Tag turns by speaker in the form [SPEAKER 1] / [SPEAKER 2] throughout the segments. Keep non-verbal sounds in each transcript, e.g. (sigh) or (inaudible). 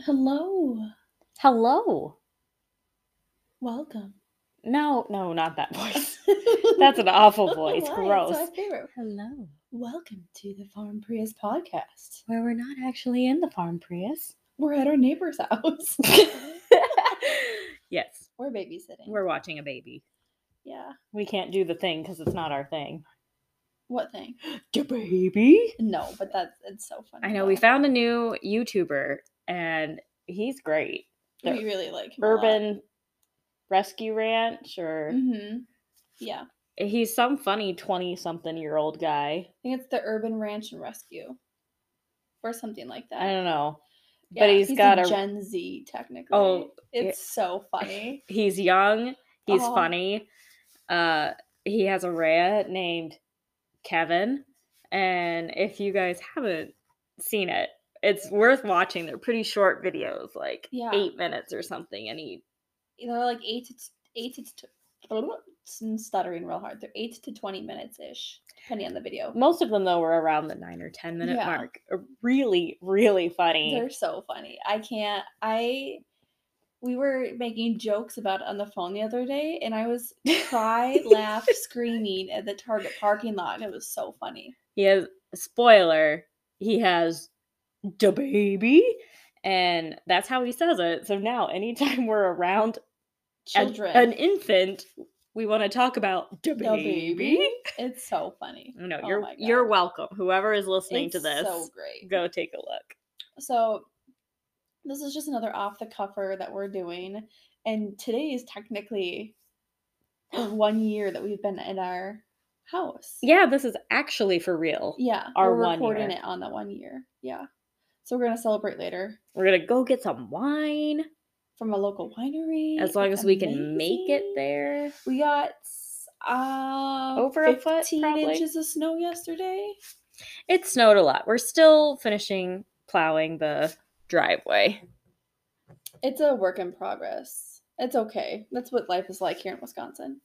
[SPEAKER 1] Hello.
[SPEAKER 2] Hello.
[SPEAKER 1] Welcome.
[SPEAKER 2] No, no, not that (laughs) voice.
[SPEAKER 1] (laughs)
[SPEAKER 2] That's an awful
[SPEAKER 1] Why?
[SPEAKER 2] voice.
[SPEAKER 1] It's
[SPEAKER 2] Gross.
[SPEAKER 1] my favorite.
[SPEAKER 2] Hello.
[SPEAKER 1] Welcome to the Farm Prius podcast.
[SPEAKER 2] Where we're not actually in the farm, Prius.
[SPEAKER 1] We're at our neighbor's (laughs) house.
[SPEAKER 2] (laughs) yes,
[SPEAKER 1] We're babysitting.
[SPEAKER 2] we're watching a baby.
[SPEAKER 1] yeah.
[SPEAKER 2] We can't do the thing because it's not our thing.
[SPEAKER 1] What thing?
[SPEAKER 2] The baby?
[SPEAKER 1] No, but that's it's so funny.
[SPEAKER 2] I know. We
[SPEAKER 1] though.
[SPEAKER 2] found a new YouTuber and he's great. the
[SPEAKER 1] we really like him a lot.
[SPEAKER 2] Urban Rescue Ranch, or
[SPEAKER 1] Mhm. Yeah, I
[SPEAKER 2] he's some funny 20 something year old guy.
[SPEAKER 1] think it's the Urban Ranch and Rescue, or something like that.
[SPEAKER 2] I don't know.
[SPEAKER 1] Yeah,
[SPEAKER 2] but he's got a-
[SPEAKER 1] Gen Z technically.
[SPEAKER 2] Oh,
[SPEAKER 1] it's so funny.
[SPEAKER 2] He's young. (laughs) He's
[SPEAKER 1] Oh.
[SPEAKER 2] funny. Uh, he has a rat named Kevin, and if you guys haven't seen it, it's worth watching. They're pretty short videos, like
[SPEAKER 1] Yeah.
[SPEAKER 2] eight minutes or something. And he,
[SPEAKER 1] you know, like eight to t- eight to t- blah, blah, blah, I'm stuttering real hard. They're eight to twenty minutes ish, depending on the video.
[SPEAKER 2] most of them though were around the nine or ten minute
[SPEAKER 1] Yeah.
[SPEAKER 2] mark. Uh, Really, really funny.
[SPEAKER 1] They're so funny. I can't. I we were making jokes about it on the phone the other day, and I was
[SPEAKER 2] (laughs)
[SPEAKER 1] cry, laugh, screaming at the Target parking lot. It was so funny.
[SPEAKER 2] he has spoiler. He has the baby, and that's how he says it. So now, anytime (laughs) we're around an-
[SPEAKER 1] Children,
[SPEAKER 2] an infant, we want to talk about the
[SPEAKER 1] the baby.
[SPEAKER 2] baby.
[SPEAKER 1] It's so funny.
[SPEAKER 2] No,
[SPEAKER 1] Oh
[SPEAKER 2] you're
[SPEAKER 1] my
[SPEAKER 2] you're
[SPEAKER 1] God.
[SPEAKER 2] welcome. Whoever is listening to
[SPEAKER 1] It's
[SPEAKER 2] this,
[SPEAKER 1] so great.
[SPEAKER 2] go take a look.
[SPEAKER 1] So this is just another off the cover that we're doing. And today is technically
[SPEAKER 2] (gasps)
[SPEAKER 1] the one year that we've been in our house.
[SPEAKER 2] Yeah, this is actually for real.
[SPEAKER 1] Yeah.
[SPEAKER 2] Our
[SPEAKER 1] we're
[SPEAKER 2] one
[SPEAKER 1] recording
[SPEAKER 2] year.
[SPEAKER 1] it on that one year. Yeah. So we're gonna celebrate later
[SPEAKER 2] We're gonna go get some wine
[SPEAKER 1] from a local winery.
[SPEAKER 2] as long
[SPEAKER 1] It's
[SPEAKER 2] as we can make it
[SPEAKER 1] amazing.
[SPEAKER 2] there.
[SPEAKER 1] We got uh,
[SPEAKER 2] Over a foot,
[SPEAKER 1] 15
[SPEAKER 2] probably.
[SPEAKER 1] inches of snow yesterday.
[SPEAKER 2] It snowed a lot. We're still finishing plowing the driveway.
[SPEAKER 1] It's a work in progress. It's okay. That's what life is like here in Wisconsin.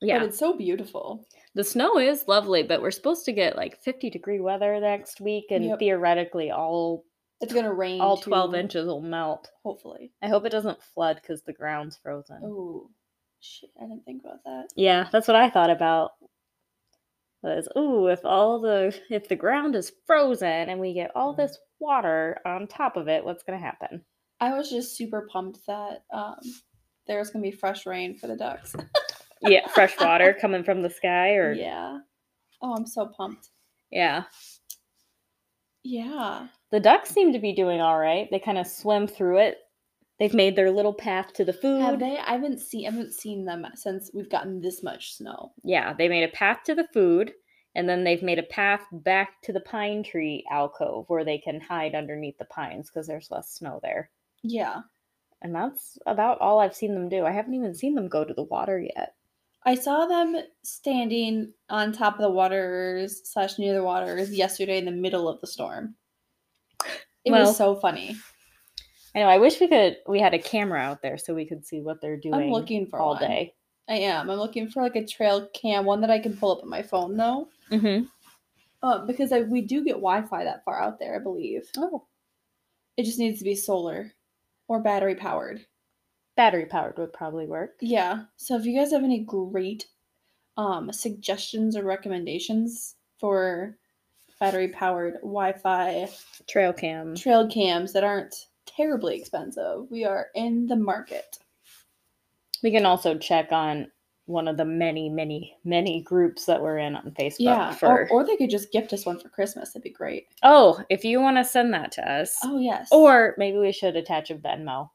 [SPEAKER 2] Yeah,
[SPEAKER 1] But it's so beautiful.
[SPEAKER 2] the snow is lovely, but we're supposed to get like 50 degree weather next week, and
[SPEAKER 1] Yep.
[SPEAKER 2] theoretically, all
[SPEAKER 1] It's gonna rain
[SPEAKER 2] all 12
[SPEAKER 1] too,
[SPEAKER 2] inches will melt.
[SPEAKER 1] Hopefully.
[SPEAKER 2] I hope it doesn't flood because the ground's frozen.
[SPEAKER 1] Oh, shit! I didn't think about that.
[SPEAKER 2] Yeah, that's what I thought about. Was ooh, if all the if the ground is frozen and we get
[SPEAKER 1] Mm.
[SPEAKER 2] all this water on top of it, what's gonna happen?
[SPEAKER 1] I was just super pumped that um, there was gonna be fresh rain for the ducks.
[SPEAKER 2] Yeah, fresh
[SPEAKER 1] (laughs)
[SPEAKER 2] water coming from the sky, or yeah.
[SPEAKER 1] yeah. Oh, I'm so pumped. Yeah.
[SPEAKER 2] the ducks seem to be doing all right. They kind of swim through it. They've made their little path to the food.
[SPEAKER 1] Have they? I haven't seen. I haven't seen them since we've gotten this much snow.
[SPEAKER 2] Yeah, they made a path to the food, and then they've made a path back to the pine tree alcove where they can hide underneath the pines because there's less snow there.
[SPEAKER 1] Yeah.
[SPEAKER 2] And that's about all I've seen them do. I haven't even seen them go to the water yet.
[SPEAKER 1] I saw them standing on top of the waters slash near the waters yesterday in the middle of the storm. It
[SPEAKER 2] Well,
[SPEAKER 1] was so funny.
[SPEAKER 2] I know. I wish we could. We had a camera out there so we could see what they're doing.
[SPEAKER 1] I'm looking for
[SPEAKER 2] all
[SPEAKER 1] one.
[SPEAKER 2] day.
[SPEAKER 1] I am. I'm looking for like a trail cam, one that I can pull up on my phone though.
[SPEAKER 2] Mm-hmm.
[SPEAKER 1] Uh, because I, we do get Wi-Fi that far out there, I believe.
[SPEAKER 2] Oh,
[SPEAKER 1] It just needs to be solar or battery powered.
[SPEAKER 2] battery powered would probably work.
[SPEAKER 1] Yeah. So if you guys have any great um, suggestions or recommendations for battery powered Wi-Fi
[SPEAKER 2] Trail cam.
[SPEAKER 1] trail cams that aren't terribly expensive, we are in the market.
[SPEAKER 2] We can also check on one of the many, many, many groups that we're in on Facebook.
[SPEAKER 1] yeah. Oh,
[SPEAKER 2] For
[SPEAKER 1] Or, or they could just gift us one for Christmas. That'd be great.
[SPEAKER 2] oh, if you want to send that to us,
[SPEAKER 1] Oh yes.
[SPEAKER 2] or maybe we should attach a Venmo.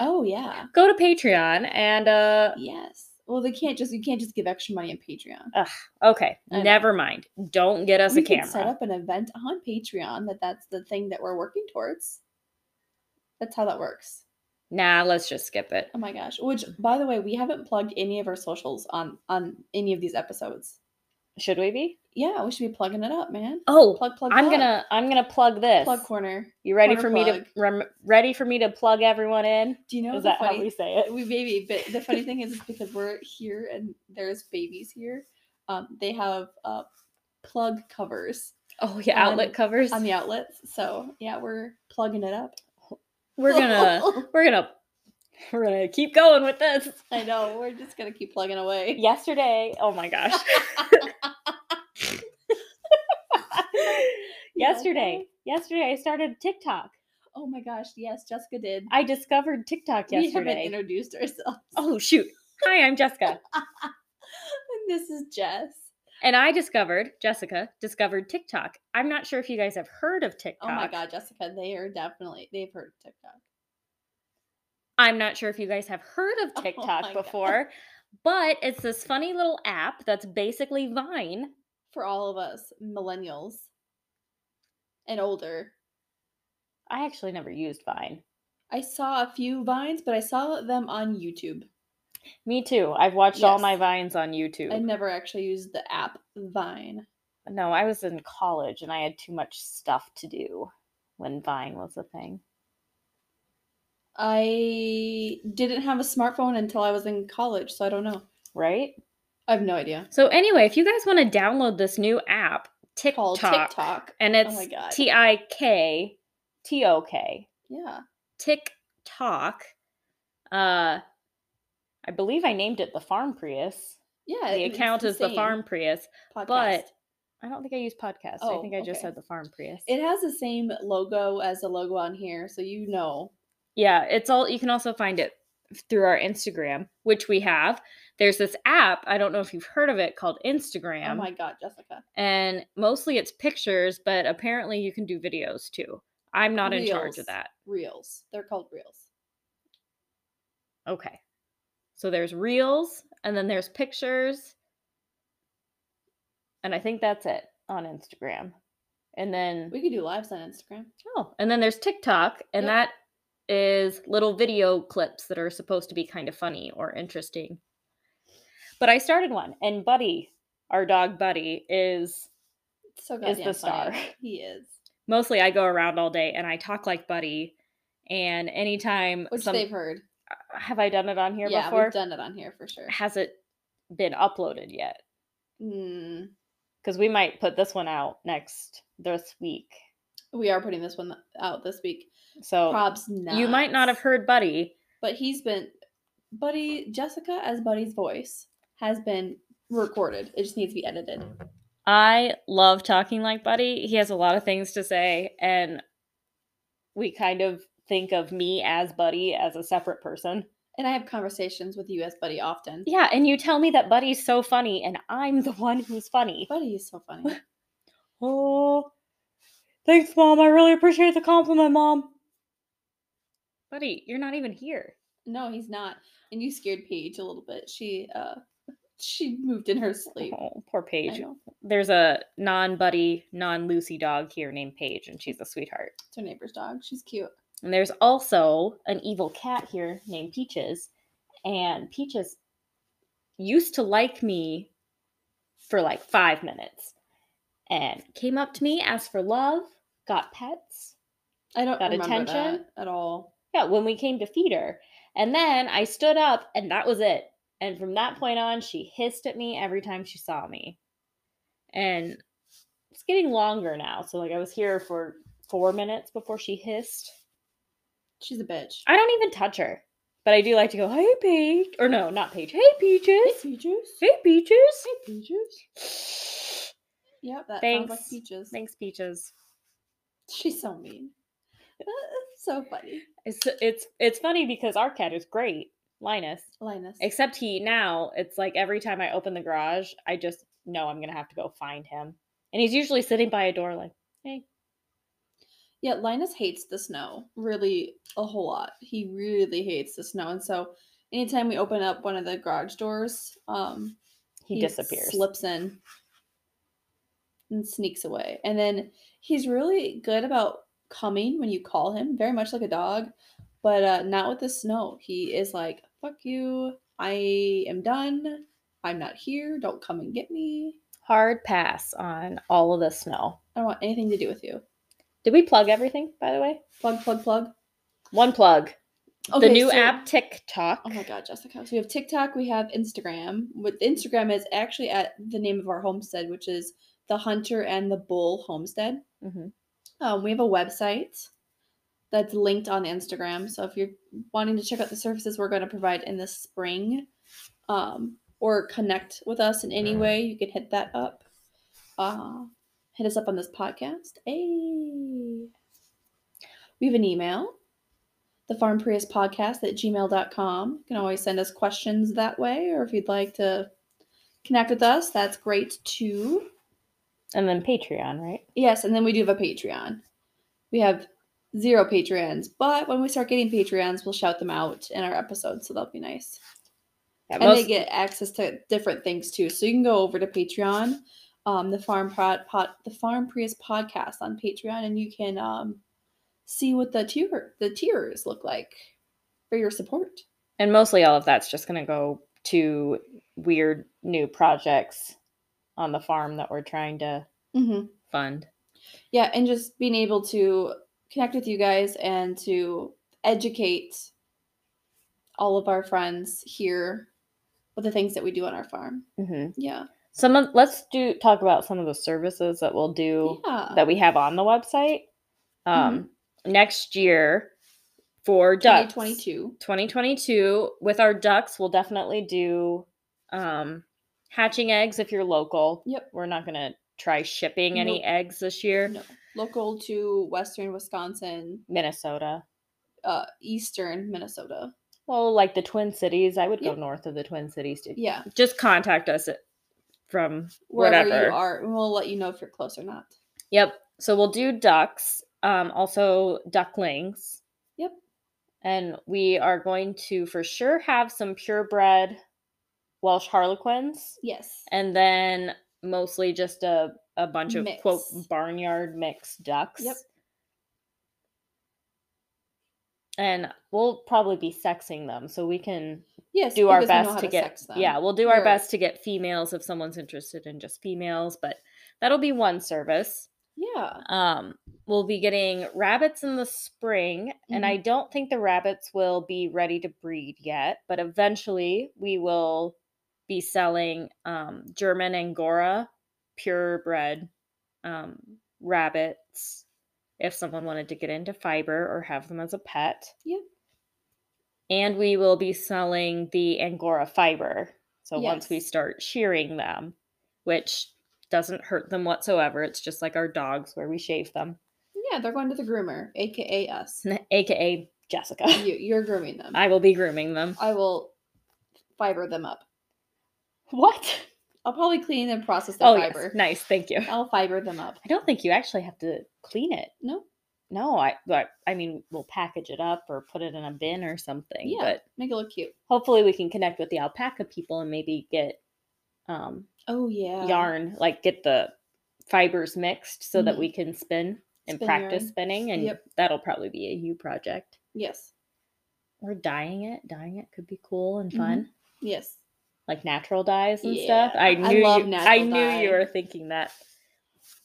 [SPEAKER 1] oh yeah.
[SPEAKER 2] Go to Patreon and uh.
[SPEAKER 1] Yes. Well, they can't just you can't just give extra money on Patreon.
[SPEAKER 2] Okay,
[SPEAKER 1] I know.
[SPEAKER 2] never mind. Don't get us
[SPEAKER 1] we
[SPEAKER 2] a camera.
[SPEAKER 1] could set up an event on Patreon that that's the thing that we're working towards. That's how that works.
[SPEAKER 2] Nah, let's just skip it.
[SPEAKER 1] Oh my gosh! Which, by the way, we haven't plugged any of our socials on on any of these episodes.
[SPEAKER 2] Should we be?
[SPEAKER 1] Yeah, we should be plugging it up, man.
[SPEAKER 2] Oh,
[SPEAKER 1] Plug, plug.
[SPEAKER 2] I'm
[SPEAKER 1] plug.
[SPEAKER 2] gonna I'm gonna plug this.
[SPEAKER 1] plug corner.
[SPEAKER 2] you ready
[SPEAKER 1] corner
[SPEAKER 2] for me to
[SPEAKER 1] plug.
[SPEAKER 2] rem, ready for me to plug everyone in?
[SPEAKER 1] Do you know
[SPEAKER 2] Is
[SPEAKER 1] the
[SPEAKER 2] that
[SPEAKER 1] funny? (laughs)
[SPEAKER 2] how we say it?
[SPEAKER 1] we maybe, but the funny thing is is because we're here and there's babies here, um, they have uh, plug covers.
[SPEAKER 2] Oh yeah,
[SPEAKER 1] on-
[SPEAKER 2] outlet covers.
[SPEAKER 1] on the outlets. So yeah, we're plugging it up.
[SPEAKER 2] we're gonna we're gonna we're gonna keep going with this.
[SPEAKER 1] (laughs) I know. We're just gonna keep plugging away.
[SPEAKER 2] Yesterday, oh
[SPEAKER 1] (laughs)
[SPEAKER 2] my gosh. yesterday, yesterday I started TikTok.
[SPEAKER 1] Oh my gosh. Yes, Jessica did.
[SPEAKER 2] I discovered TikTok
[SPEAKER 1] we haven't
[SPEAKER 2] yesterday.
[SPEAKER 1] introduced ourselves. (laughs)
[SPEAKER 2] oh shoot. Hi, I'm Jessica.
[SPEAKER 1] And this is Jess.
[SPEAKER 2] And I discovered, Jessica discovered TikTok. I'm not sure if you guys have heard of
[SPEAKER 1] Oh
[SPEAKER 2] TikTok.
[SPEAKER 1] my god, Jessica, they are definitely they've heard of TikTok.
[SPEAKER 2] I'm not sure if you guys have heard
[SPEAKER 1] (laughs) Oh
[SPEAKER 2] of TikTok
[SPEAKER 1] my God.
[SPEAKER 2] before, but it's this funny little app that's basically Vine.
[SPEAKER 1] For all of us millennials and older.
[SPEAKER 2] I actually never used Vine.
[SPEAKER 1] I saw a few vines, but I saw them on YouTube.
[SPEAKER 2] Me too. I've watched all my
[SPEAKER 1] Yes.
[SPEAKER 2] Vines on YouTube.
[SPEAKER 1] I never actually used the app Vine.
[SPEAKER 2] No, I was in college and I had too much stuff to do when Vine was a thing.
[SPEAKER 1] I didn't have a smartphone until I was in college, so I don't know.
[SPEAKER 2] Right?
[SPEAKER 1] I have no idea.
[SPEAKER 2] So anyway, if you guys want to download this new app, TikTok,
[SPEAKER 1] Called TikTok.
[SPEAKER 2] and
[SPEAKER 1] Oh my
[SPEAKER 2] it's
[SPEAKER 1] God.
[SPEAKER 2] T I K T O K.
[SPEAKER 1] Yeah.
[SPEAKER 2] TikTok. Uh I believe I named it the Farm Prius.
[SPEAKER 1] Yeah.
[SPEAKER 2] The
[SPEAKER 1] it's
[SPEAKER 2] account is the
[SPEAKER 1] same
[SPEAKER 2] Farm Prius.
[SPEAKER 1] podcast.
[SPEAKER 2] but- I don't think I use podcast. I
[SPEAKER 1] Oh,
[SPEAKER 2] think I just
[SPEAKER 1] okay.
[SPEAKER 2] said the Farm Prius.
[SPEAKER 1] it has the same logo as the logo on here, so you know.
[SPEAKER 2] yeah, it's all you can also find it through our Instagram, which we have. There's this app, I don't know if you've heard of it called Instagram.
[SPEAKER 1] Oh my god, Jessica.
[SPEAKER 2] and mostly it's pictures, but apparently you can do videos too. I'm not in charge
[SPEAKER 1] Reels.
[SPEAKER 2] of that.
[SPEAKER 1] Reels. They're called reels.
[SPEAKER 2] Okay. So there's reels and then there's pictures. And I think that's it on Instagram. And then
[SPEAKER 1] We could do lives on Instagram.
[SPEAKER 2] oh, and then there's TikTok and
[SPEAKER 1] Yep.
[SPEAKER 2] that is little video clips that are supposed to be kind of funny or interesting. But I started one and Buddy, our dog Buddy is
[SPEAKER 1] It's so
[SPEAKER 2] Is
[SPEAKER 1] goddamn funny.
[SPEAKER 2] the star.
[SPEAKER 1] (laughs) He
[SPEAKER 2] (laughs)
[SPEAKER 1] is.
[SPEAKER 2] mostly I go around all day and I talk like Buddy and anytime
[SPEAKER 1] Which
[SPEAKER 2] some-
[SPEAKER 1] they've heard.
[SPEAKER 2] have I done it on here
[SPEAKER 1] yeah,
[SPEAKER 2] before?
[SPEAKER 1] we've done it on here for sure.
[SPEAKER 2] Has it been uploaded yet?
[SPEAKER 1] Mm,
[SPEAKER 2] because we might put this one out next this week.
[SPEAKER 1] we are putting this one out this week.
[SPEAKER 2] So
[SPEAKER 1] Probs not.
[SPEAKER 2] Oh, you might not have heard Buddy.
[SPEAKER 1] but he's been buddy jessica as buddy's voice has been recorded it just needs to be edited
[SPEAKER 2] I love talking like Buddy. He has a lot of things to say, and we kind of think of me as Buddy as a separate person.
[SPEAKER 1] and i have conversations with you as buddy often
[SPEAKER 2] Yeah, and you tell me that Buddy's so funny, and I'm the one who's funny.
[SPEAKER 1] buddy is so funny
[SPEAKER 2] Oh, thanks, Mom. I really appreciate the compliment, Mom. Buddy, you're not even here.
[SPEAKER 1] no he's not and you scared paige a little bit she uh (laughs) she moved in her sleep
[SPEAKER 2] Oh, poor
[SPEAKER 1] I
[SPEAKER 2] Paige.
[SPEAKER 1] know.
[SPEAKER 2] there's a non-buddy, non-Lucy dog here named Paige, and she's a sweetheart.
[SPEAKER 1] it's her neighbor's dog she's cute
[SPEAKER 2] And there's also an evil cat here named Peaches, and Peaches used to like me for like five minutes, and came up to me, asked for love, got pets.
[SPEAKER 1] i don't
[SPEAKER 2] Got
[SPEAKER 1] remember
[SPEAKER 2] attention?
[SPEAKER 1] that at all
[SPEAKER 2] Yeah, when we came to feed her, and then I stood up, and that was it. And from that point on, she hissed at me every time she saw me, and it's getting longer now. So like I was here for four minutes before she hissed.
[SPEAKER 1] she's a bitch
[SPEAKER 2] I don't even touch her, but I do like to go, hey, Paige. Or no, not Paige. Hey, Peaches.
[SPEAKER 1] peaches
[SPEAKER 2] Hey, Peaches.
[SPEAKER 1] hey peaches yep that sounds like
[SPEAKER 2] Thanks.
[SPEAKER 1] peaches
[SPEAKER 2] Thanks, Peaches.
[SPEAKER 1] she's so mean Uh, so funny
[SPEAKER 2] It's it's it's funny because our cat is great, Linus.
[SPEAKER 1] linus
[SPEAKER 2] Except he now it's like every time I open the garage, I just know I'm gonna have to go find him, and he's usually sitting by a door like, hey.
[SPEAKER 1] Yeah, Linus hates the snow really a whole lot. He really hates the snow, and so anytime we open up one of the garage doors, um,
[SPEAKER 2] He, disappears.
[SPEAKER 1] slips in, and sneaks away. And then he's really good about coming when you call him, very much like a dog, but uh, not with the snow. He is like, "Fuck you! I am done. I'm not here. Don't come and get me.
[SPEAKER 2] Hard pass on all of the snow.
[SPEAKER 1] I don't want anything to do with you."
[SPEAKER 2] Did we plug everything? By the way,
[SPEAKER 1] Plug, plug, plug.
[SPEAKER 2] one plug. the new
[SPEAKER 1] so-
[SPEAKER 2] app TikTok.
[SPEAKER 1] Oh my god, Jessica. So we have TikTok, we have Instagram. With Instagram is actually at the name of our homestead, which is the Hunter and the Bull Homestead.
[SPEAKER 2] hmm
[SPEAKER 1] Um, we have a website that's linked on Instagram. So if you're wanting to check out the services we're going to provide in the spring um, or connect with us in any way, you can hit that up. Uh, hit us up on this podcast. Hey. We have an email, the farm Prius podcast at gmail.com. You can always send us questions that way, or if you'd like to connect with us, that's great too.
[SPEAKER 2] And then Patreon, right?
[SPEAKER 1] Yes, and then we do have a Patreon. We have zero Patreons, but when we start getting Patreons, we'll shout them out in our episodes, so that'll be nice.
[SPEAKER 2] Yeah,
[SPEAKER 1] and they
[SPEAKER 2] most-
[SPEAKER 1] get access to different things too. So you can go over to Patreon, um, the Farm Pod, Pod the Farm Prius podcast on Patreon, and you can um, see what the tier the tiers look like for your support.
[SPEAKER 2] and mostly all of that's just going to go to weird new projects on the farm that we're trying to
[SPEAKER 1] Mm-hmm.
[SPEAKER 2] fund.
[SPEAKER 1] yeah and just being able to connect with you guys and to educate all of our friends here with the things that we do on our farm
[SPEAKER 2] hmm
[SPEAKER 1] yeah
[SPEAKER 2] Some of let's do talk about some of the services that we'll do
[SPEAKER 1] yeah
[SPEAKER 2] that we have on the website. Um, next year for ducks,
[SPEAKER 1] 2022
[SPEAKER 2] 2022 with our ducks, we'll definitely do um, hatching eggs if you're local.
[SPEAKER 1] Yep.
[SPEAKER 2] we're not gonna try shipping any
[SPEAKER 1] Nope.
[SPEAKER 2] eggs this year.
[SPEAKER 1] no, local to western wisconsin
[SPEAKER 2] Minnesota.
[SPEAKER 1] uh eastern minnesota
[SPEAKER 2] Well, like the Twin Cities, I would
[SPEAKER 1] Yep.
[SPEAKER 2] go north of the Twin Cities to
[SPEAKER 1] yeah
[SPEAKER 2] just contact us at- from
[SPEAKER 1] wherever
[SPEAKER 2] Whatever.
[SPEAKER 1] you are and we'll let you know if you're close or not
[SPEAKER 2] Yep. So we'll do ducks, um, also ducklings.
[SPEAKER 1] Yep.
[SPEAKER 2] And we are going to for sure have some purebred Welsh Harlequins,
[SPEAKER 1] yes
[SPEAKER 2] and then mostly just a a bunch of quote
[SPEAKER 1] Mix.
[SPEAKER 2] barnyard mixed ducks.
[SPEAKER 1] Yep.
[SPEAKER 2] And we'll probably be sexing them, so we can
[SPEAKER 1] yes
[SPEAKER 2] do our
[SPEAKER 1] because we know
[SPEAKER 2] best
[SPEAKER 1] how
[SPEAKER 2] to get
[SPEAKER 1] sex them.
[SPEAKER 2] yeah we'll do our
[SPEAKER 1] You're right.
[SPEAKER 2] best to get females if someone's interested in just females but that'll be one service
[SPEAKER 1] yeah
[SPEAKER 2] um we'll be getting rabbits in the spring and
[SPEAKER 1] Mhm.
[SPEAKER 2] i don't think the rabbits will be ready to breed yet but eventually we will be selling um german angora purebred um rabbits if someone wanted to get into fiber or have them as a pet
[SPEAKER 1] Yep.
[SPEAKER 2] and we will be selling the angora fiber so once we
[SPEAKER 1] Yes.
[SPEAKER 2] start shearing them which doesn't hurt them whatsoever. It's just like our dogs where we shave them, (laughs)
[SPEAKER 1] yeah they're going to the groomer aka us
[SPEAKER 2] aka Jessica. (laughs)
[SPEAKER 1] you, you're grooming them
[SPEAKER 2] I will be grooming them.
[SPEAKER 1] I will fiber them up.
[SPEAKER 2] What?
[SPEAKER 1] I'll probably clean and process the
[SPEAKER 2] (laughs) Oh, yes.
[SPEAKER 1] fiber.
[SPEAKER 2] nice. Thank you. I
[SPEAKER 1] I'll fiber them up.
[SPEAKER 2] don't think you actually have to clean it.
[SPEAKER 1] No,
[SPEAKER 2] No, I but I mean we'll package it up or put it in a bin or something.
[SPEAKER 1] Yeah.
[SPEAKER 2] But
[SPEAKER 1] make it look cute.
[SPEAKER 2] hopefully we can connect with the alpaca people and maybe get um
[SPEAKER 1] Oh yeah,
[SPEAKER 2] yarn, like get the fibers mixed so that
[SPEAKER 1] Mhm.
[SPEAKER 2] we can spin and
[SPEAKER 1] Spin
[SPEAKER 2] practice
[SPEAKER 1] yarn.
[SPEAKER 2] spinning and
[SPEAKER 1] Yep.
[SPEAKER 2] that'll probably be a you project.
[SPEAKER 1] Yes,
[SPEAKER 2] Or dyeing it. Dyeing it could be cool and
[SPEAKER 1] Mhm.
[SPEAKER 2] fun.
[SPEAKER 1] yes.
[SPEAKER 2] like natural dyes and stuff.
[SPEAKER 1] Yeah,
[SPEAKER 2] I
[SPEAKER 1] I
[SPEAKER 2] knew
[SPEAKER 1] love
[SPEAKER 2] you, I
[SPEAKER 1] natural
[SPEAKER 2] knew
[SPEAKER 1] dye.
[SPEAKER 2] you were thinking that.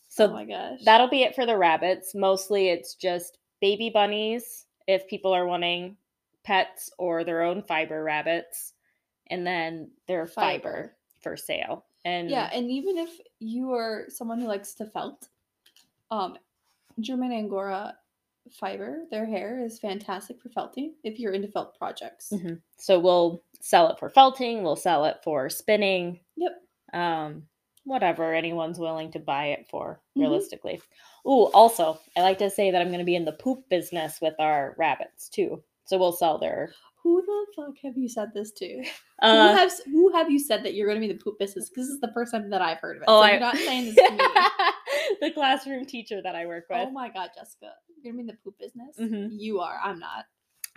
[SPEAKER 2] So
[SPEAKER 1] oh my gosh,
[SPEAKER 2] that'll be it for the rabbits. Mostly it's just baby bunnies if people are wanting pets or their own fiber rabbits and then their fiber, for sale. And
[SPEAKER 1] Yeah, and even if you are someone who likes to felt, um, German Angora fiber, their hair is fantastic for felting. If you're into felt projects,
[SPEAKER 2] Mhm. so we'll sell it for felting, we'll sell it for spinning.
[SPEAKER 1] Yep.
[SPEAKER 2] Um whatever anyone's willing to buy it for
[SPEAKER 1] Mhm.
[SPEAKER 2] realistically. Ooh, also, I like to say that I'm going to be in the poop business with our rabbits too. So we'll sell their
[SPEAKER 1] who the fuck have you said this to?
[SPEAKER 2] uh
[SPEAKER 1] who have who have you said that you're going to be the poop business? 'Cause This is the first time that I've heard of it.
[SPEAKER 2] oh,
[SPEAKER 1] so
[SPEAKER 2] I-
[SPEAKER 1] you're not saying this to
[SPEAKER 2] (laughs)
[SPEAKER 1] me.
[SPEAKER 2] the classroom teacher that I work with.
[SPEAKER 1] Oh my god, Jessica, you're gonna be in the poop business.
[SPEAKER 2] Mhm.
[SPEAKER 1] You are. I'm not.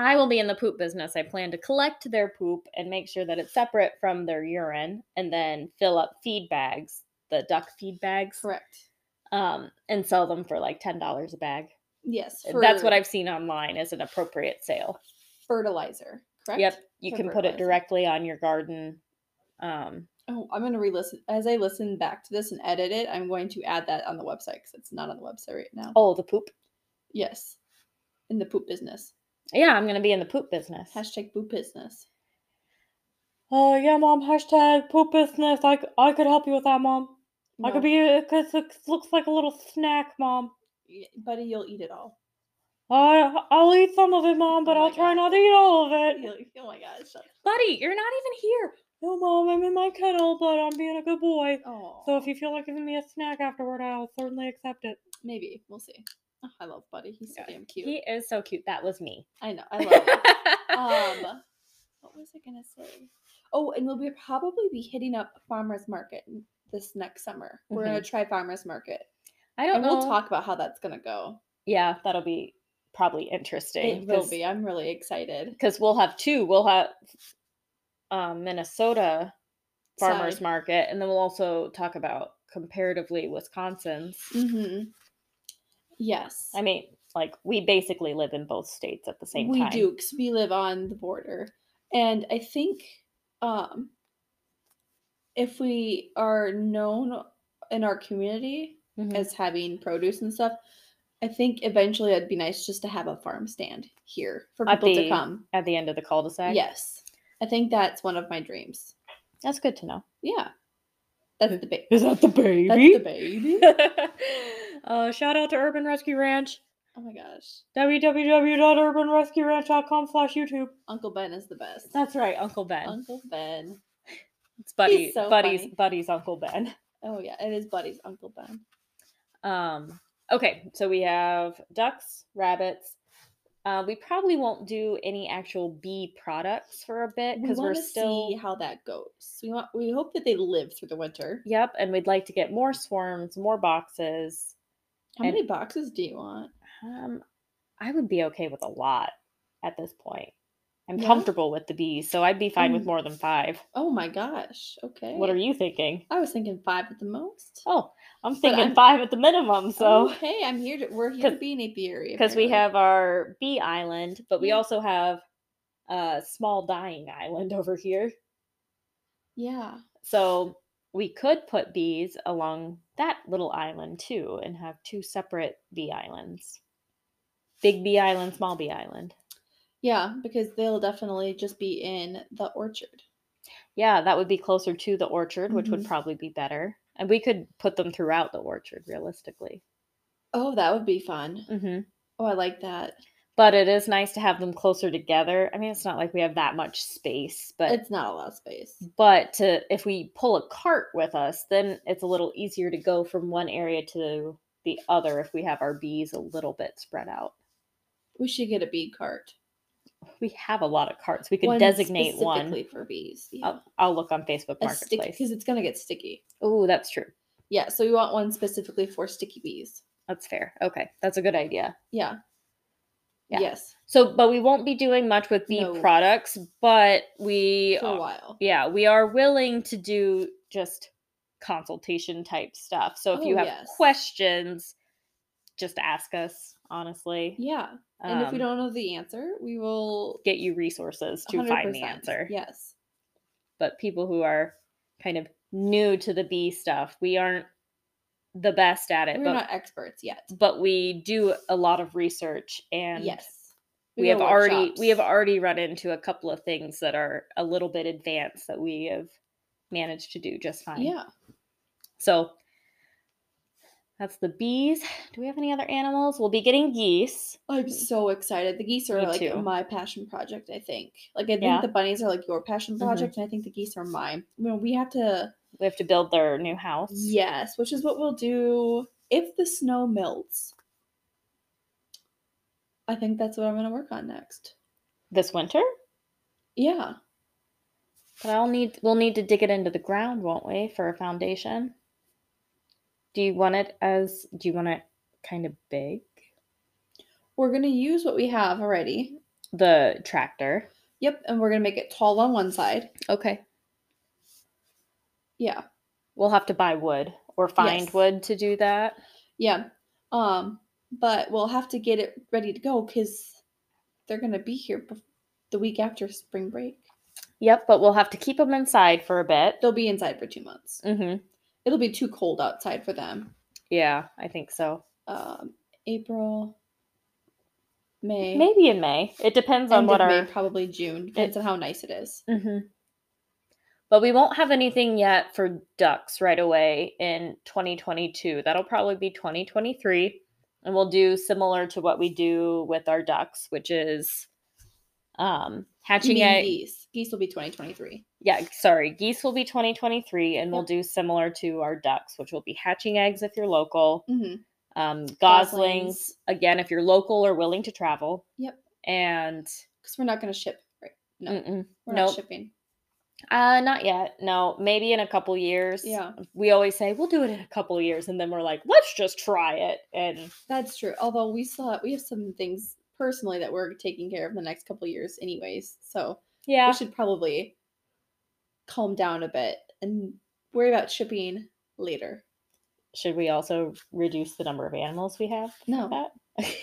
[SPEAKER 2] I will be in the poop business. I plan to collect their poop and make sure that it's separate from their urine and then fill up feed bags, the duck feed bags.
[SPEAKER 1] Correct.
[SPEAKER 2] um, and sell them for like ten dollars a bag.
[SPEAKER 1] Yes.
[SPEAKER 2] That's
[SPEAKER 1] for
[SPEAKER 2] what I've seen online as an appropriate sale.
[SPEAKER 1] fertilizer. Correct.
[SPEAKER 2] Yep, you
[SPEAKER 1] For
[SPEAKER 2] can put it
[SPEAKER 1] fertilizer.
[SPEAKER 2] directly on your garden. Um,
[SPEAKER 1] Oh, I'm gonna re-listen as I listen back to this and edit it. I'm going to add that on the website because it's not on the website right now.
[SPEAKER 2] oh, the poop.
[SPEAKER 1] Yes. In the poop business.
[SPEAKER 2] Yeah, I'm gonna be in the poop business.
[SPEAKER 1] Hashtag poop business.
[SPEAKER 2] Oh yeah, mom. Hashtag poop business. I, c- I could help you with that, mom. I could be. A, cause it looks like a little snack, mom.
[SPEAKER 1] be buddy, you'll eat it
[SPEAKER 2] (laughs)
[SPEAKER 1] all.
[SPEAKER 2] I I'll eat some of it, mom, but
[SPEAKER 1] Oh my
[SPEAKER 2] I'll try
[SPEAKER 1] God.
[SPEAKER 2] not to eat all of it.
[SPEAKER 1] You'll- oh my gosh. shut up.
[SPEAKER 2] Buddy, you're not even here. No, mom, I'm in my kennel, but I'm being a good boy.
[SPEAKER 1] Oh.
[SPEAKER 2] So if you feel like giving me a snack afterward, I'll certainly accept it.
[SPEAKER 1] maybe we'll see. Oh, I love Buddy. He's so
[SPEAKER 2] Yeah,
[SPEAKER 1] damn cute.
[SPEAKER 2] He is so cute. That was me.
[SPEAKER 1] I know. I
[SPEAKER 2] (laughs)
[SPEAKER 1] love him. um, what was I gonna say? Oh, and we'll be probably be hitting up farmers market n- this next summer. We're
[SPEAKER 2] Mm-hmm.
[SPEAKER 1] gonna try farmers market,
[SPEAKER 2] I don't
[SPEAKER 1] and
[SPEAKER 2] know.
[SPEAKER 1] we'll talk about how that's gonna go.
[SPEAKER 2] Yeah, that'll be probably interesting.
[SPEAKER 1] It will be. I'm really excited.
[SPEAKER 2] because we'll have two. We'll have um, Minnesota farmers
[SPEAKER 1] Side.
[SPEAKER 2] market, and then we'll also talk about comparatively Wisconsin's.
[SPEAKER 1] Mm-hmm. Yes,
[SPEAKER 2] I mean, like we basically live in both states at the same
[SPEAKER 1] we
[SPEAKER 2] time.
[SPEAKER 1] do because we live on the border, and I think um, if we are known in our community
[SPEAKER 2] Mhm.
[SPEAKER 1] as having produce and stuff. I think eventually it'd be nice just to have a farm stand here for
[SPEAKER 2] At
[SPEAKER 1] people
[SPEAKER 2] the
[SPEAKER 1] to come.
[SPEAKER 2] at the end of the cul-de-sac.
[SPEAKER 1] Yes. I think that's one of my dreams.
[SPEAKER 2] that's good to know.
[SPEAKER 1] Yeah. That's the baby.
[SPEAKER 2] Is that the
[SPEAKER 1] That's
[SPEAKER 2] baby? (laughs)
[SPEAKER 1] the baby.
[SPEAKER 2] uh, shout out to Urban Rescue Ranch.
[SPEAKER 1] Oh my gosh.
[SPEAKER 2] www.urbanrescueranch.com slash YouTube.
[SPEAKER 1] Uncle Ben is the best.
[SPEAKER 2] That's right, Uncle Ben.
[SPEAKER 1] Uncle Ben.
[SPEAKER 2] it's Buddy,
[SPEAKER 1] he's so
[SPEAKER 2] Buddy's,
[SPEAKER 1] funny.
[SPEAKER 2] Buddy's Uncle Ben.
[SPEAKER 1] Oh yeah, it is Buddy's Uncle Ben.
[SPEAKER 2] Um, okay, so we have ducks, rabbits. Uh, we probably won't do any actual bee products for a bit
[SPEAKER 1] We
[SPEAKER 2] because we are
[SPEAKER 1] want to
[SPEAKER 2] still.
[SPEAKER 1] see how that goes. We want we hope that they live through the winter.
[SPEAKER 2] Yep, and we'd like to get more swarms, more boxes.
[SPEAKER 1] How
[SPEAKER 2] And-
[SPEAKER 1] many boxes do you want?
[SPEAKER 2] Um, I would be okay with a lot at this point. I'm
[SPEAKER 1] Yeah?
[SPEAKER 2] comfortable with the bees, so I'd be fine with
[SPEAKER 1] Mm.
[SPEAKER 2] more than five.
[SPEAKER 1] Oh my gosh. Okay.
[SPEAKER 2] What are you thinking?
[SPEAKER 1] I was thinking five at the most.
[SPEAKER 2] Oh, I'm thinking
[SPEAKER 1] I'm- Oh,
[SPEAKER 2] five at the minimum. So (laughs)
[SPEAKER 1] okay, I'm here to we're here to
[SPEAKER 2] 'Cause-
[SPEAKER 1] be an apiary.
[SPEAKER 2] because we
[SPEAKER 1] apparently.
[SPEAKER 2] have our bee island, but we
[SPEAKER 1] Yeah.
[SPEAKER 2] also have a small dying island (laughs) over here.
[SPEAKER 1] Yeah.
[SPEAKER 2] So we could put bees along that little island too, and have two separate bee islands. Big bee island, small bee island.
[SPEAKER 1] Yeah, because they'll definitely just be in the orchard.
[SPEAKER 2] Yeah, that would be closer to the orchard, which would
[SPEAKER 1] Mhm.
[SPEAKER 2] probably be better. And we could put them throughout the orchard realistically.
[SPEAKER 1] Oh, that would be fun.
[SPEAKER 2] hmm
[SPEAKER 1] Oh, I like that.
[SPEAKER 2] But it is nice to have them closer together. I mean, it's not like we have that much space, but
[SPEAKER 1] it's not a lot of space.
[SPEAKER 2] but to, if we pull a cart with us, then it's a little easier to go from one area to the other if we have our bees a little bit spread out.
[SPEAKER 1] We should get a bee cart.
[SPEAKER 2] We have a lot of carts. We could
[SPEAKER 1] One
[SPEAKER 2] designate one.
[SPEAKER 1] specifically for bees. Yeah.
[SPEAKER 2] I'll, I'll look on Facebook
[SPEAKER 1] a sticky
[SPEAKER 2] Marketplace.
[SPEAKER 1] because it's gonna get sticky.
[SPEAKER 2] Oh, that's true.
[SPEAKER 1] Yeah, so we want one specifically for sticky bees.
[SPEAKER 2] That's fair. Okay, that's a good idea.
[SPEAKER 1] Yeah.
[SPEAKER 2] Yeah.
[SPEAKER 1] Yes.
[SPEAKER 2] So, but we won't be doing much with bee
[SPEAKER 1] No.
[SPEAKER 2] products, but we
[SPEAKER 1] For a
[SPEAKER 2] are-
[SPEAKER 1] while.
[SPEAKER 2] yeah, we are willing to do just consultation type stuff. So if
[SPEAKER 1] Oh,
[SPEAKER 2] you have
[SPEAKER 1] yes.
[SPEAKER 2] questions, just ask us, honestly.
[SPEAKER 1] Yeah. And if we
[SPEAKER 2] Um,
[SPEAKER 1] don't know the answer, we will
[SPEAKER 2] get you resources to find the
[SPEAKER 1] 100%.
[SPEAKER 2] answer.
[SPEAKER 1] Yes.
[SPEAKER 2] But people who are kind of new to the bee stuff, we aren't the best at it,
[SPEAKER 1] We're
[SPEAKER 2] but
[SPEAKER 1] not experts yet.
[SPEAKER 2] but we do a lot of research and
[SPEAKER 1] yes.
[SPEAKER 2] we,
[SPEAKER 1] go
[SPEAKER 2] have
[SPEAKER 1] to
[SPEAKER 2] already we have
[SPEAKER 1] workshops.
[SPEAKER 2] already run into a couple of things that are a little bit advanced that we have managed to do just fine.
[SPEAKER 1] Yeah.
[SPEAKER 2] So that's the bees. Do we have any other animals? We'll be getting geese.
[SPEAKER 1] I'm so excited. The geese are
[SPEAKER 2] Me
[SPEAKER 1] like
[SPEAKER 2] too.
[SPEAKER 1] my passion project, I think. Like I think
[SPEAKER 2] Yeah. Mm-hmm.
[SPEAKER 1] the bunnies are like your passion project and I think the geese are mine. You know, we have to
[SPEAKER 2] We have to build their new house.
[SPEAKER 1] Yes, which is what we'll do if the snow melts. I think that's what I'm gonna work on next.
[SPEAKER 2] This winter?
[SPEAKER 1] Yeah.
[SPEAKER 2] But I'll need we'll need to dig it into the ground, won't we, for a foundation? Do you want it as do you want it kind of big?
[SPEAKER 1] We're gonna use what we have already.
[SPEAKER 2] The tractor.
[SPEAKER 1] Yep, and we're gonna make it tall on one side.
[SPEAKER 2] Okay.
[SPEAKER 1] Yeah.
[SPEAKER 2] We'll have to buy wood or find
[SPEAKER 1] Yes.
[SPEAKER 2] wood to do that.
[SPEAKER 1] Yeah. Um, but we'll have to get it ready to go because they're gonna be here bef- the week after spring break.
[SPEAKER 2] Yep, but we'll have to keep them inside for a bit.
[SPEAKER 1] They'll be inside for two months.
[SPEAKER 2] Mm-hmm.
[SPEAKER 1] It'll be too cold outside for them.
[SPEAKER 2] Yeah, I think so.
[SPEAKER 1] Um, April, May,
[SPEAKER 2] Maybe in May. It depends on
[SPEAKER 1] end
[SPEAKER 2] what
[SPEAKER 1] of
[SPEAKER 2] our
[SPEAKER 1] May, probably June. Depends on how nice it is.
[SPEAKER 2] Mm-hmm. But we won't have anything yet for ducks right away in 2022. That'll probably be 2023. And we'll do similar to what we do with our ducks, which is um,
[SPEAKER 1] You
[SPEAKER 2] hatching
[SPEAKER 1] mean
[SPEAKER 2] eggs.
[SPEAKER 1] geese. Geese will be 2023.
[SPEAKER 2] Yeah, sorry. Geese will be 2023, and we'll
[SPEAKER 1] Yep.
[SPEAKER 2] do similar to our ducks, which will be hatching eggs if you're local,
[SPEAKER 1] hmm
[SPEAKER 2] um, goslings,
[SPEAKER 1] Goslings.
[SPEAKER 2] again if you're local or willing to travel.
[SPEAKER 1] Yep.
[SPEAKER 2] And
[SPEAKER 1] Because we're not going to ship. Right. No.
[SPEAKER 2] mm-mm.
[SPEAKER 1] We're
[SPEAKER 2] Nope.
[SPEAKER 1] not shipping.
[SPEAKER 2] uh, not yet. No, maybe in a couple years.
[SPEAKER 1] Yeah.
[SPEAKER 2] We always say we'll do it in a couple years, and then we're like, let's just try it. And
[SPEAKER 1] That's true. Although we still have, we have some things personally that we're taking care of in the next couple years, anyways. So
[SPEAKER 2] yeah,
[SPEAKER 1] we should probably calm down a bit and worry about shipping later.
[SPEAKER 2] should we also reduce the number of animals we have?
[SPEAKER 1] No,
[SPEAKER 2] That? (laughs)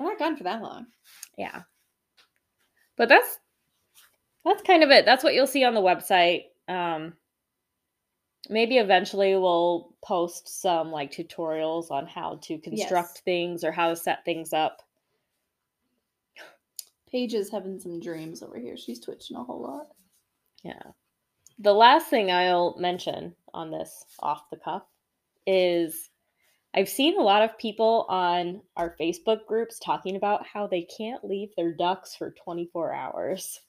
[SPEAKER 1] we're not gone for that long.
[SPEAKER 2] yeah but that's that's kind of it that's what you'll see on the website um maybe eventually we'll post some like tutorials on how to construct
[SPEAKER 1] Yes.
[SPEAKER 2] things or how to set things up
[SPEAKER 1] Paige is having some dreams over here. She's twitching a whole lot.
[SPEAKER 2] the last thing i'll mention on this off the cuff is i've seen a lot of people on our facebook groups talking about how they can't leave their ducks for 24 hours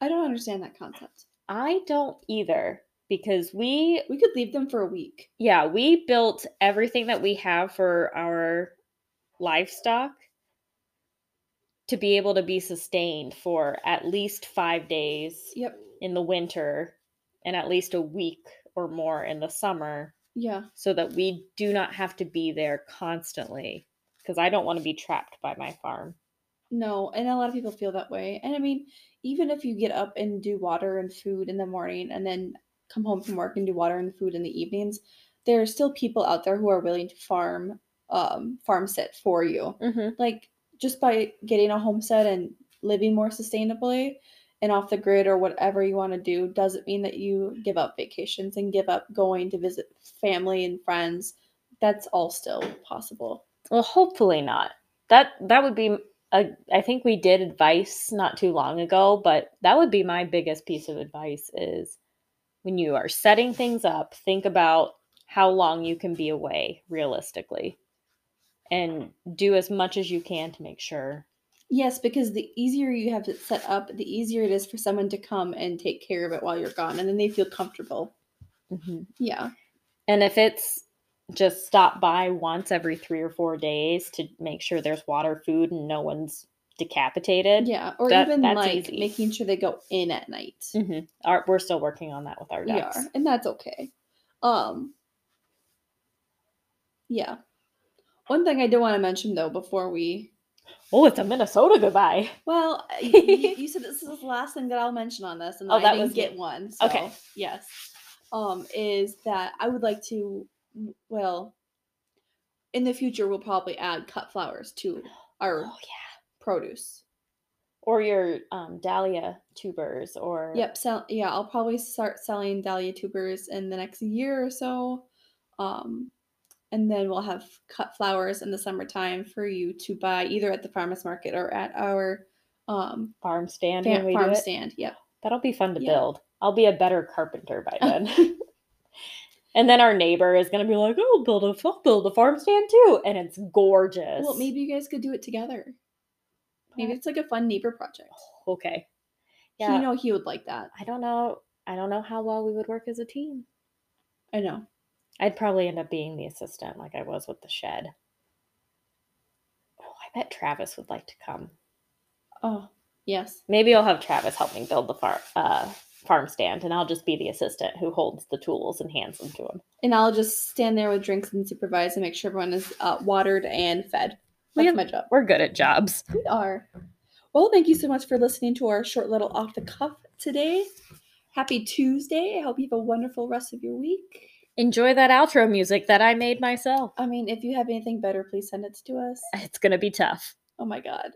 [SPEAKER 1] I don't understand that concept.
[SPEAKER 2] i don't either because we
[SPEAKER 1] We could leave them for a week.
[SPEAKER 2] yeah, we built everything that we have for our livestock to be able to be sustained for at least five days
[SPEAKER 1] Yep.
[SPEAKER 2] in the winter and at least a week or more in the summer
[SPEAKER 1] Yeah.
[SPEAKER 2] so that we do not have to be there constantly because I don't want to be trapped by my farm.
[SPEAKER 1] No, and a lot of people feel that way. And I mean, even if you get up and do water and food in the morning and then come home from work and do water and food in the evenings, there are still people out there who are willing to farm um farm sit for you.
[SPEAKER 2] Mm-hmm.
[SPEAKER 1] Like just by getting a homestead and living more sustainably and off the grid or whatever you want to do doesn't mean that you give up vacations and give up going to visit family and friends. That's all still possible.
[SPEAKER 2] Well, hopefully not. That that would be a, I think we did advice not too long ago, but that would be my biggest piece of advice is when you are setting things up, think about how long you can be away realistically and do as much as you can to make sure.
[SPEAKER 1] Yes, because the easier you have it set up, the easier it is for someone to come and take care of it while you're gone, and then they feel comfortable. Yeah,
[SPEAKER 2] And if it's just stop by once every 3 or 4 days to make sure there's water, food and no one's decapitated.
[SPEAKER 1] yeah, or
[SPEAKER 2] That-
[SPEAKER 1] even
[SPEAKER 2] that's
[SPEAKER 1] like
[SPEAKER 2] easy.
[SPEAKER 1] making sure they go in at night.
[SPEAKER 2] Mhm. Our, we're still working on that with our
[SPEAKER 1] We
[SPEAKER 2] ducks.
[SPEAKER 1] are, and that's okay. Um, yeah. One thing I did want to mention though before we,
[SPEAKER 2] Oh, it's a Minnesota goodbye. (laughs)
[SPEAKER 1] well, y- y- you, said this is the last thing that I'll mention on this, and
[SPEAKER 2] Oh,
[SPEAKER 1] I
[SPEAKER 2] that
[SPEAKER 1] didn't
[SPEAKER 2] was me.
[SPEAKER 1] get one.
[SPEAKER 2] Okay.
[SPEAKER 1] so, Yes. Um, is that I would like to, well, in the future we'll probably add cut flowers to
[SPEAKER 2] (gasps)
[SPEAKER 1] our
[SPEAKER 2] Oh yeah.
[SPEAKER 1] produce.
[SPEAKER 2] Or your um, dahlia tubers, or
[SPEAKER 1] Yep, sell yeah, I'll probably start selling dahlia tubers in the next year or so. Um and then we'll have cut flowers in the summertime for you to buy either at the farmers market or at our um
[SPEAKER 2] farm stand.
[SPEAKER 1] fa-
[SPEAKER 2] when we do
[SPEAKER 1] farm
[SPEAKER 2] it.
[SPEAKER 1] stand. Yep.
[SPEAKER 2] That'll be fun to
[SPEAKER 1] Yeah.
[SPEAKER 2] build. I'll be a better carpenter
[SPEAKER 1] (laughs)
[SPEAKER 2] by then. (laughs) and then our neighbor is gonna be like, "Oh, build a I'll build a farm stand too," and it's gorgeous.
[SPEAKER 1] Well, maybe you guys could do it together. Maybe
[SPEAKER 2] But-
[SPEAKER 1] it's like a fun neighbor project.
[SPEAKER 2] okay.
[SPEAKER 1] Yeah.
[SPEAKER 2] Yeah,
[SPEAKER 1] you know he would like that.
[SPEAKER 2] I don't know. I don't know how well we would work as a team.
[SPEAKER 1] I know.
[SPEAKER 2] I'd probably end up being the assistant, like I was with the shed. Oh, I bet Travis would like to come.
[SPEAKER 1] Oh, yes.
[SPEAKER 2] Maybe I'll have Travis help me build the farm uh, farm stand, and I'll just be the assistant who holds the tools and hands them to him.
[SPEAKER 1] And I'll just stand there with drinks and supervise and make sure everyone is uh, watered and fed.
[SPEAKER 2] We
[SPEAKER 1] That's
[SPEAKER 2] have-
[SPEAKER 1] my job.
[SPEAKER 2] We're good at jobs.
[SPEAKER 1] We are. Well, thank you so much for listening to our short little off the cuff today. Happy Tuesday. I hope you have a wonderful rest of your week.
[SPEAKER 2] Enjoy that outro music that I made myself.
[SPEAKER 1] I mean, if you have anything better, please send it to us.
[SPEAKER 2] It's gonna be tough.
[SPEAKER 1] Oh my God.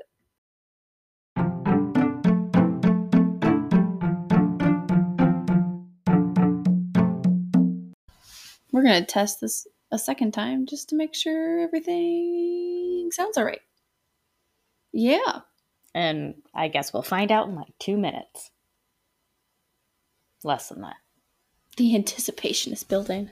[SPEAKER 1] We're going to test this a second time just to make sure everything sounds all right. Yeah.
[SPEAKER 2] And I guess we'll find out in like two minutes. Less than that.
[SPEAKER 1] The anticipation is building.